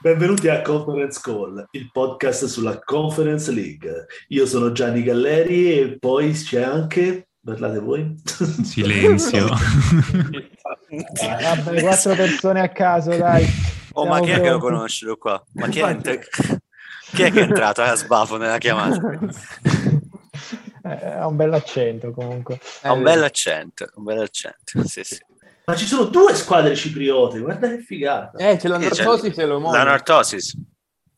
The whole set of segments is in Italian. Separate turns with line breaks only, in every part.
Benvenuti a Conference Call, il podcast sulla Conference League. Io sono Gianni Galleri e poi c'è anche... Parlate voi?
Silenzio.
Ah, vabbè, quattro persone a caso, dai.
Oh, ma chi è che lo conoscelo qua? Ma chi è, ent- chi è che è entrato eh, a sbafo nella chiamata?
Eh, Ha un bel accento comunque.
Ha un bel accento, un bel accento. Sì, sì.
Ma ci sono due squadre cipriote, guarda che figata.
Eh, c'è l'androtosi, c'è l'omonimo.
La Nortosis.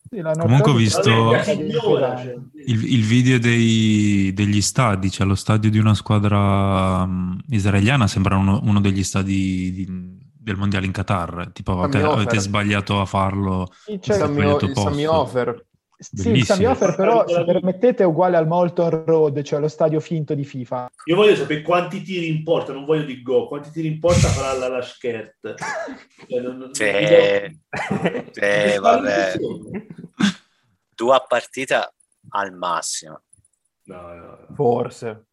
Sì, la
Comunque ho
Nortosi-
visto-
Vabbè, signora, cioè.
Il, il video dei- degli stadi, cioè lo stadio di una squadra mm, israeliana, sembra uno, uno degli stadi di- del mondiale in Qatar. Tipo, avete,
Fammi
avete
offer.
sbagliato a farlo.
Sì,
Il
c'è-
Esatto.
Sammy,
sbagliato
il
posto.
Sammy Offer.
sì, il Sammy
Bellissimo.
Offer, però, se permettete, è uguale al Molton Road, cioè lo stadio finto di FIFA.
Io voglio sapere quanti tiri in porta, non voglio di go, quanti tiri in porta farà la Lashkert. Cioè, non- non-
Sì,
non-
sì, cioè, vabbè. Due a partita al massimo.
No, no, no.
Forse.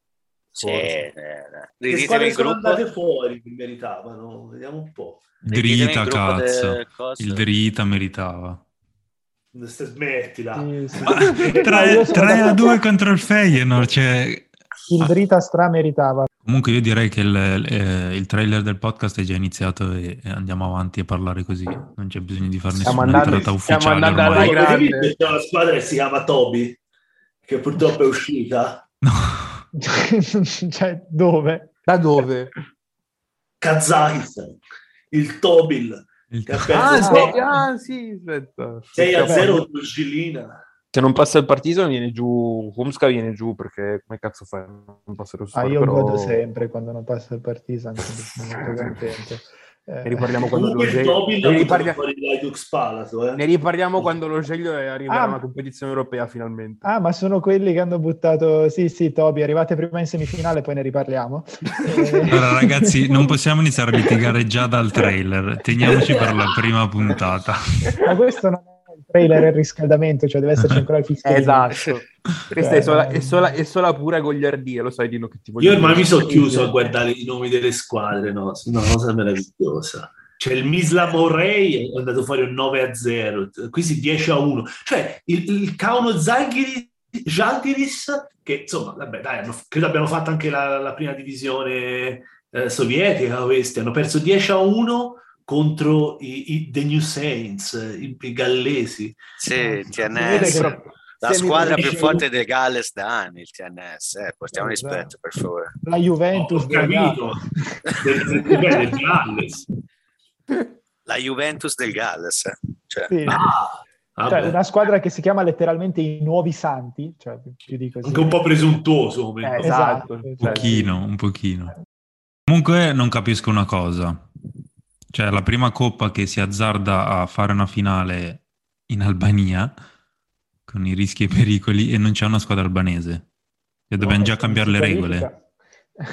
Sì,
Forse.
eh, eh.
Che
Riditemi
squadre
il
sono
gruppo.
andate fuori in verità, ma no, vediamo un po'.
riditemi
Drita,
il gruppo del-
cazzo.
cosa?
Il Drita meritava.
Se
Ah.
smettila.
Sì, sì. Ma io
3,
sono d'accordo.
a 2 contro il Feyenoord. Cioè...
Il Drita strameritava.
Comunque io direi che il, eh, il trailer del podcast è già iniziato e, e andiamo avanti a parlare così. Non c'è bisogno di fare
Stiamo
nessuna
andando-
entrata
stiamo
ufficiale.
andando
ormai.
alla-
Avete
grande.
visto che C'è una squadra che si chiama Toby, che purtroppo è uscita.
No.
cioè, dove?
Da dove?
Kazakistan, il Tobil,
Il-
che ha
Ah,
perso
sì,
sei-
ah, sì, aspetta.
6 a
Aspetta.
0 con Gilina.
Se non passa il partito viene giù, Humska viene giù perché come cazzo fai? Non passa lo
Ah,
squadro,
io
però...
godo sempre quando non passa il Partizan, quindi sono molto contento. Eh,
Ne riparliamo quando lo
Comunque il
Gelio...
Tobil ha
Ne,
buttato
riparlia-
fuori l'Ajax Palato. eh.
ne riparliamo quando lo Gelio arriverà
Ah.
a una competizione europea finalmente.
Ah, ma sono quelli che hanno buttato. Sì, sì, Toby, arrivate prima in semifinale, poi ne riparliamo. Eh,
Allora ragazzi, non possiamo iniziare a litigare già dal trailer. Teniamoci per la prima puntata.
Ma questo non è il trailer, è il riscaldamento, cioè deve esserci ancora il fischio.
Esatto. Questa è sola,
Cioè,
è, sola, è sola pura gogliardia, lo sai Dino che ti voglio Eh,
Io ormai mi sono
Sì,
chiuso
sì.
a guardare i nomi delle squadre, no? Sono una cosa meravigliosa. Cioè il Misla Morrei è andato fuori un 9 a 0, quindi 10 a 1. Cioè il, il Kauno Zalgiris, Žalgiris, che insomma, vabbè, dai, hanno- credo abbiano fatto anche la, la prima divisione eh, sovietica, questi hanno perso 10 a 1 contro i, i- The New Saints, i, i gallesi.
Sì,
vede che
TNS.
però-
La
se mi
squadra più
dici-
forte del Galles da anni, il TNS. Eh, portiamo
Esatto.
rispetto, per favore.
La Juventus,
Ho capito, del, del, del, del Galles.
La Juventus del Galles. eh. Cioè,
sì.
Ah,
Cioè,
vabbè.
una squadra che si chiama letteralmente i Nuovi Santi, cioè più di così.
anche un po' presuntuoso come
Eh,
cosa.
esatto.
Esatto.
Un pochino, un pochino. Comunque non capisco una cosa. Cioè la prima coppa che si azzarda a fare una finale in Albania con i rischi e i pericoli e non c'è una squadra albanese. Cioè, dobbiamo già cambiare le regole.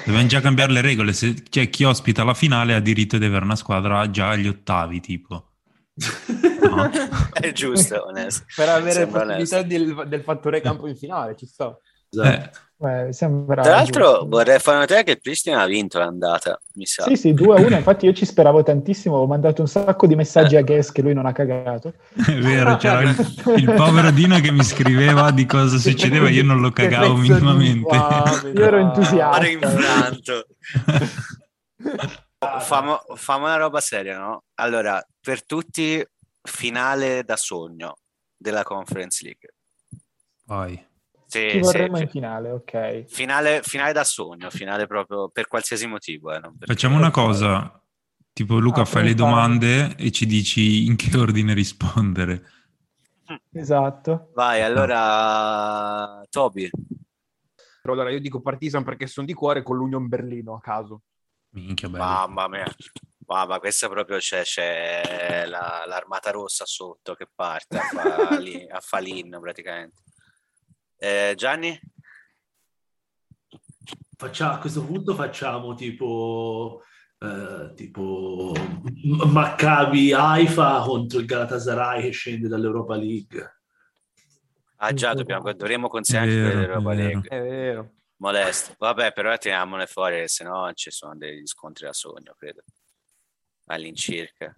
Dobbiamo già cambiare le regole. Se, cioè, chi ospita la finale ha diritto di avere una squadra già agli ottavi, tipo. No.
Esatto.
è giusto, onesto.
per avere
Sembra
possibilità del, del fattore campo in finale, ci sta.
Eh,
Eh, sembra
Tra l'altro
giusto.
vorrei fare notare che il Pristina ha vinto l'andata, mi sa.
Sì, sì, 2-1, infatti io ci speravo tantissimo, ho mandato un sacco di messaggi a Guess che lui non ha cagato.
È vero, c'era il, il povero Dino che mi scriveva di cosa succedeva, io non lo cagavo
Che pezzo di Ah.
minimamente.
infame,
Io ero
dai.
entusiasta.
Mare infranto. Famo, famo una roba seria, no? Allora, per tutti, finale da sogno della Conference League.
Poi,
Eh, Sì,
Ci
sì,
vorremmo in
fi-
finale, ok.
finale, finale da sogno, finale proprio per qualsiasi motivo. eh, non perché-
facciamo una cosa, tipo Luca
Ah,
fai le
come fai?
domande e ci dici in che ordine rispondere.
Esatto.
Vai, allora, Toby.
Però allora io dico Partisan perché sono di cuore con l'Union Berlino a caso.
Minchia, bello.
Mamma mia. Mamma, questa proprio c'è, c'è la- l'armata rossa sotto che parte a, fa- lì- a Falin praticamente. Eh, Gianni?
Faccia- a questo punto facciamo tipo, eh, tipo M- Maccabi Haifa contro il Galatasaray che scende dall'Europa League.
Ah già, dobbiamo, dovremmo considerare
Vero,
anche quelle roba
è vero.
League.
È vero.
Molesto. Vabbè, però tiriamole fuori, se no ci sono degli scontri da sogno, credo. All'incirca.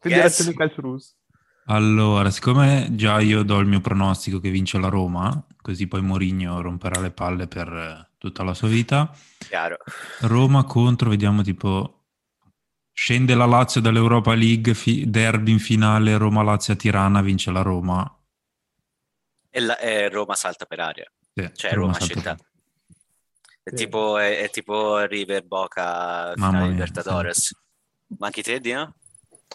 Federazione
Yes.
Calcio Russo.
Allora, siccome già io do il mio pronostico che vince la Roma, così poi Mourinho romperà le palle per eh, tutta la sua vita,
Chiaro.
Roma contro, vediamo tipo, scende la Lazio dall'Europa League, fi- derby in finale, Roma-Lazio-Tirana, vince la Roma.
E, la- e Roma salta per aria.
Sì,
Cioè, Roma
salta
città.
fuori.
È
Sì.
tipo, è, è tipo River Boca
Mamma
finale
mia,
Libertadores. Ma anche te, Dino?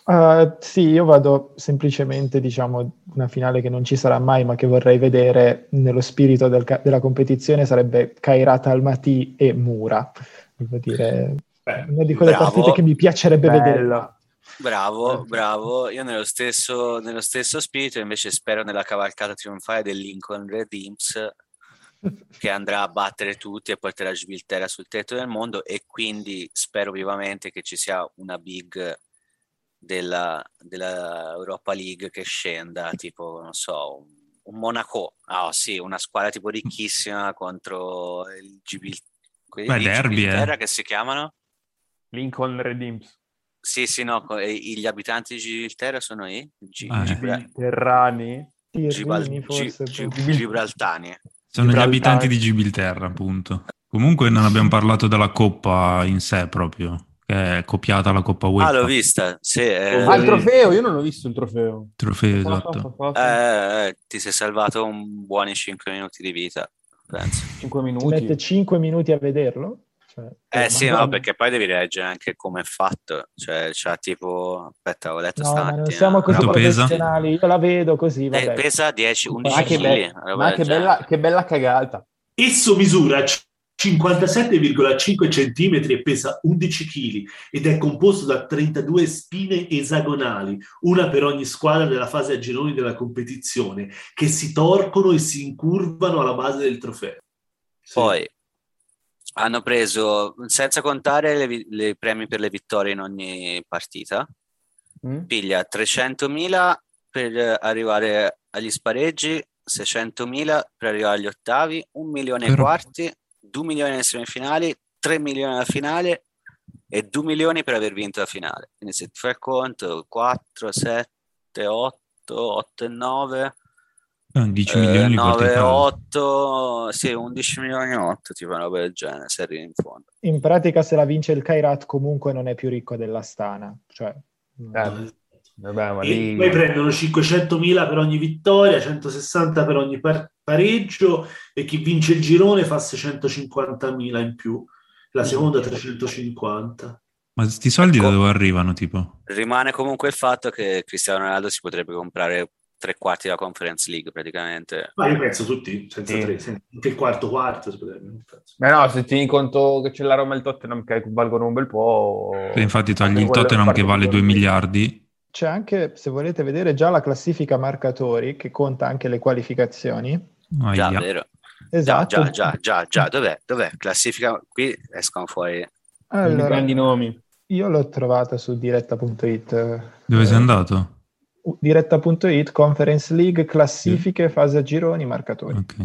Eh, sì, io vado semplicemente, diciamo, una finale che non ci sarà mai, ma che vorrei vedere nello spirito del ca- della competizione sarebbe Kairat Almaty e Mura. Devo dire,
Beh,
una di quelle
Bravo.
partite che mi piacerebbe
Bello.
vedere.
Bravo,
Perfetto.
bravo. Io nello stesso, nello stesso spirito invece spero nella cavalcata trionfale del Lincoln Redeems che andrà a battere tutti e porterà Gibilterra sul tetto del mondo e quindi spero vivamente che ci sia una big della, della Europa League che scenda, tipo, non so, un, un Monaco. Ah, sì, una squadra tipo ricchissima contro il Gibil- quelli
Beh,
di
derby, eh.
Gibilterra che si chiamano?
Lincoln Redeems.
Sì, sì, no, co- e gli abitanti di Gibilterra sono i Gi-
Ah, eh.
Gibra-
Terrani.
Tirrini,
Gibal- Gi-
forse,
Gi-
boh.
Gibraltani.
Sono gli
Gibraltar.
abitanti di Gibilterra, appunto. Comunque non abbiamo parlato della Coppa in sé proprio, che è copiata la Coppa UEFA.
Ah, l'ho vista, sì. eh,
Ah, il trofeo, io non ho visto il trofeo.
Trofeo, esatto.
eh, eh, ti sei salvato un buoni 5 minuti di vita, penso.
5
Ci mette
minuti.
5 minuti a vederlo? Cioè,
Eh sì,
ma-
no, perché poi devi leggere anche come è fatto. Cioè, c'ha tipo... Aspetta, ho letto
No, ma
stamattina.
non siamo così
Quanto
una-
pesa?
professionali, io la vedo così,
Eh,
vabbè.
pesa 10, 11
Ma che,
kg.
be-
una roba
ma
del
che
genere.
bella, che bella cagata.
Esso misura c- 57,5 cm e pesa 11 kg ed è composto da 32 spine esagonali, una per ogni squadra della fase a gironi della competizione, che si torcono e si incurvano alla base del trofeo. Sì.
Poi hanno preso, senza contare le vi- le premi per le vittorie in ogni partita,
Mm?
piglia 300.000 per arrivare agli spareggi, 600.000 per arrivare agli ottavi, un milione ai
Però-
quarti, 2 milioni alle semifinali, 3 milioni alla finale e 2 milioni per aver vinto la finale. Quindi se ti fai il conto, 4, 7, 8, 8 e 9,
Eh, 10 milioni li porti a
9,
casa.
8, sì, 11 milioni e 8, tipo una roba del genere, se arrivi in fondo.
In pratica se la vince il Kairat comunque non è più ricco dell'Astana, cioè...
Eh, vabbè, ma
E
lì...
poi prendono 500.000 per ogni vittoria, 160 per ogni par- pareggio e chi vince il girone fa 650.000 in più, la seconda 350.
Ma sti soldi da
Ecco.
dove arrivano, tipo?
Rimane comunque il fatto che Cristiano Ronaldo si potrebbe comprare tre quarti della Conference League praticamente.
Ma io penso tutti, senza
Sì.
tre, senza- anche il quarto quarto. si potrebbe, non penso.
Ma no, se tieni conto che c'è la Roma e il Tottenham che valgono un bel po'...
E infatti togli
Anche
il
quello-
Tottenham che
parte-
vale 2 miliardi.
C'è anche, se volete vedere, già la classifica marcatori che conta anche le qualificazioni.
Già, eh.
Ahia.
vero? Già,
Esatto.
già, già, già, già. Dov'è? Dov'è? Classifica, qui escono fuori.
I
Allora,
grandi nomi.
io l'ho trovata su diretta.it.
Dove sei
Eh,
andato?
Diretta.it, Conference League, classifiche, fase a gironi, marcatori.
Ok.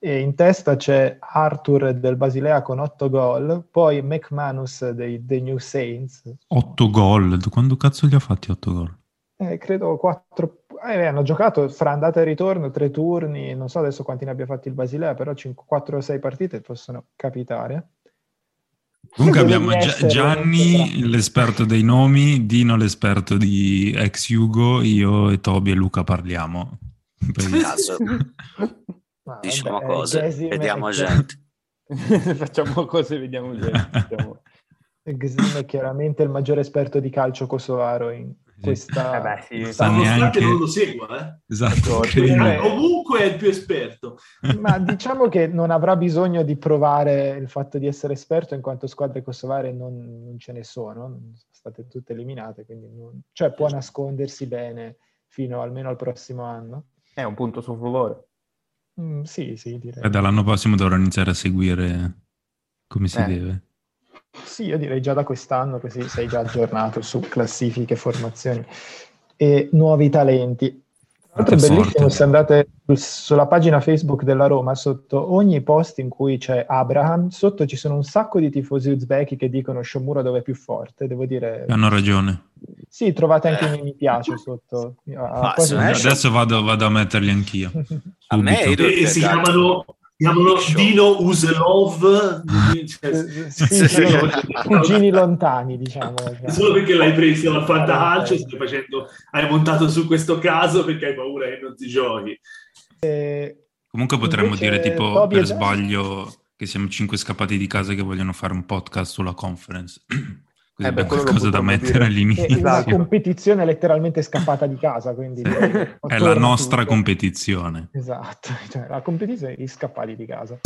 E in testa c'è Arthur del Basilea con 8 gol, poi McManus dei The New Saints,
8 gol. Quando cazzo li ha fatti 8 gol?
eh, credo 4... hanno giocato fra andata e ritorno, tre turni, non so adesso quanti ne abbia fatti il Basilea, però 4 o 6 partite possono capitare.
Comunque
Dovevi
abbiamo Gia-
essere-
eh,
Gianni, l'esperto dei nomi, Dino, l'esperto di ex Yugo, io e Toby e Luca parliamo. Poi-
Caso.
Ma
Diciamo
vabbè, eh, cioè,
cose,
Gesime-
vediamo gente.
Facciamo cose, vediamo. se- vediamo.
Gesime è chiaramente il maggiore esperto di calcio kosovaro in questa...
Eh beh, sì.
Non sa
Ma nonostante
neanche...
non lo segua, eh.
Esatto,
D'accordo.
incredibile.
Eh,
ovunque è il più esperto.
Ma diciamo che non avrà bisogno di provare il fatto di essere esperto, in quanto squadre kosovare non, non ce ne sono, sono state tutte eliminate, quindi non- cioè può nascondersi bene fino almeno al prossimo anno.
È un punto É, um a suo favore.
Mm, sì, sì, direi.
Eh, Dall'anno prossimo dovrò iniziare a seguire come si
Eh.
deve.
Sì, io direi già da quest'anno, così sei già aggiornato su classifiche, formazioni e nuovi talenti. Tra l'altro è
Quanta
bellissimo
sorte.
se andate sul- sulla pagina Facebook della Roma, sotto ogni post in cui c'è Abraham, sotto ci sono un sacco di tifosi uzbeki che dicono Shomura dove è più forte, devo dire,
Hanno ragione.
Sì, trovate anche un mi piace sotto. Ah,
Ma
Eh,
quasi
se
un-
non esce-
Adesso vado, vado a metterli anch'io.
A me
Subito.
Edo-
E- e Eh, si
Dai.
chiamano, chiamano
Show.
Dino Uselov, cioè,
Sì,
Sì, sì,
sì.
sono cugini lontani, diciamo.
solo perché l'hai preso al
Esatto.
fantacalcio, stai facendo, hai montato su questo caso perché hai paura che non ti giochi.
Eh,
Comunque potremmo
Invece,
dire tipo
Toby
per
e Dan-
sbaglio che siamo cinque scappati di casa che vogliono fare un podcast sulla conference. Così
Eh, beh,
abbiamo
quello lo
qualcosa da
potremmo
mettere
dire. Esatto.
È una
all'inizio.
competizione letteralmente scappata di casa, quindi
Esatto. È la nostra
competizione.
competizione.
Esatto, cioè, la competizione di scappati di casa.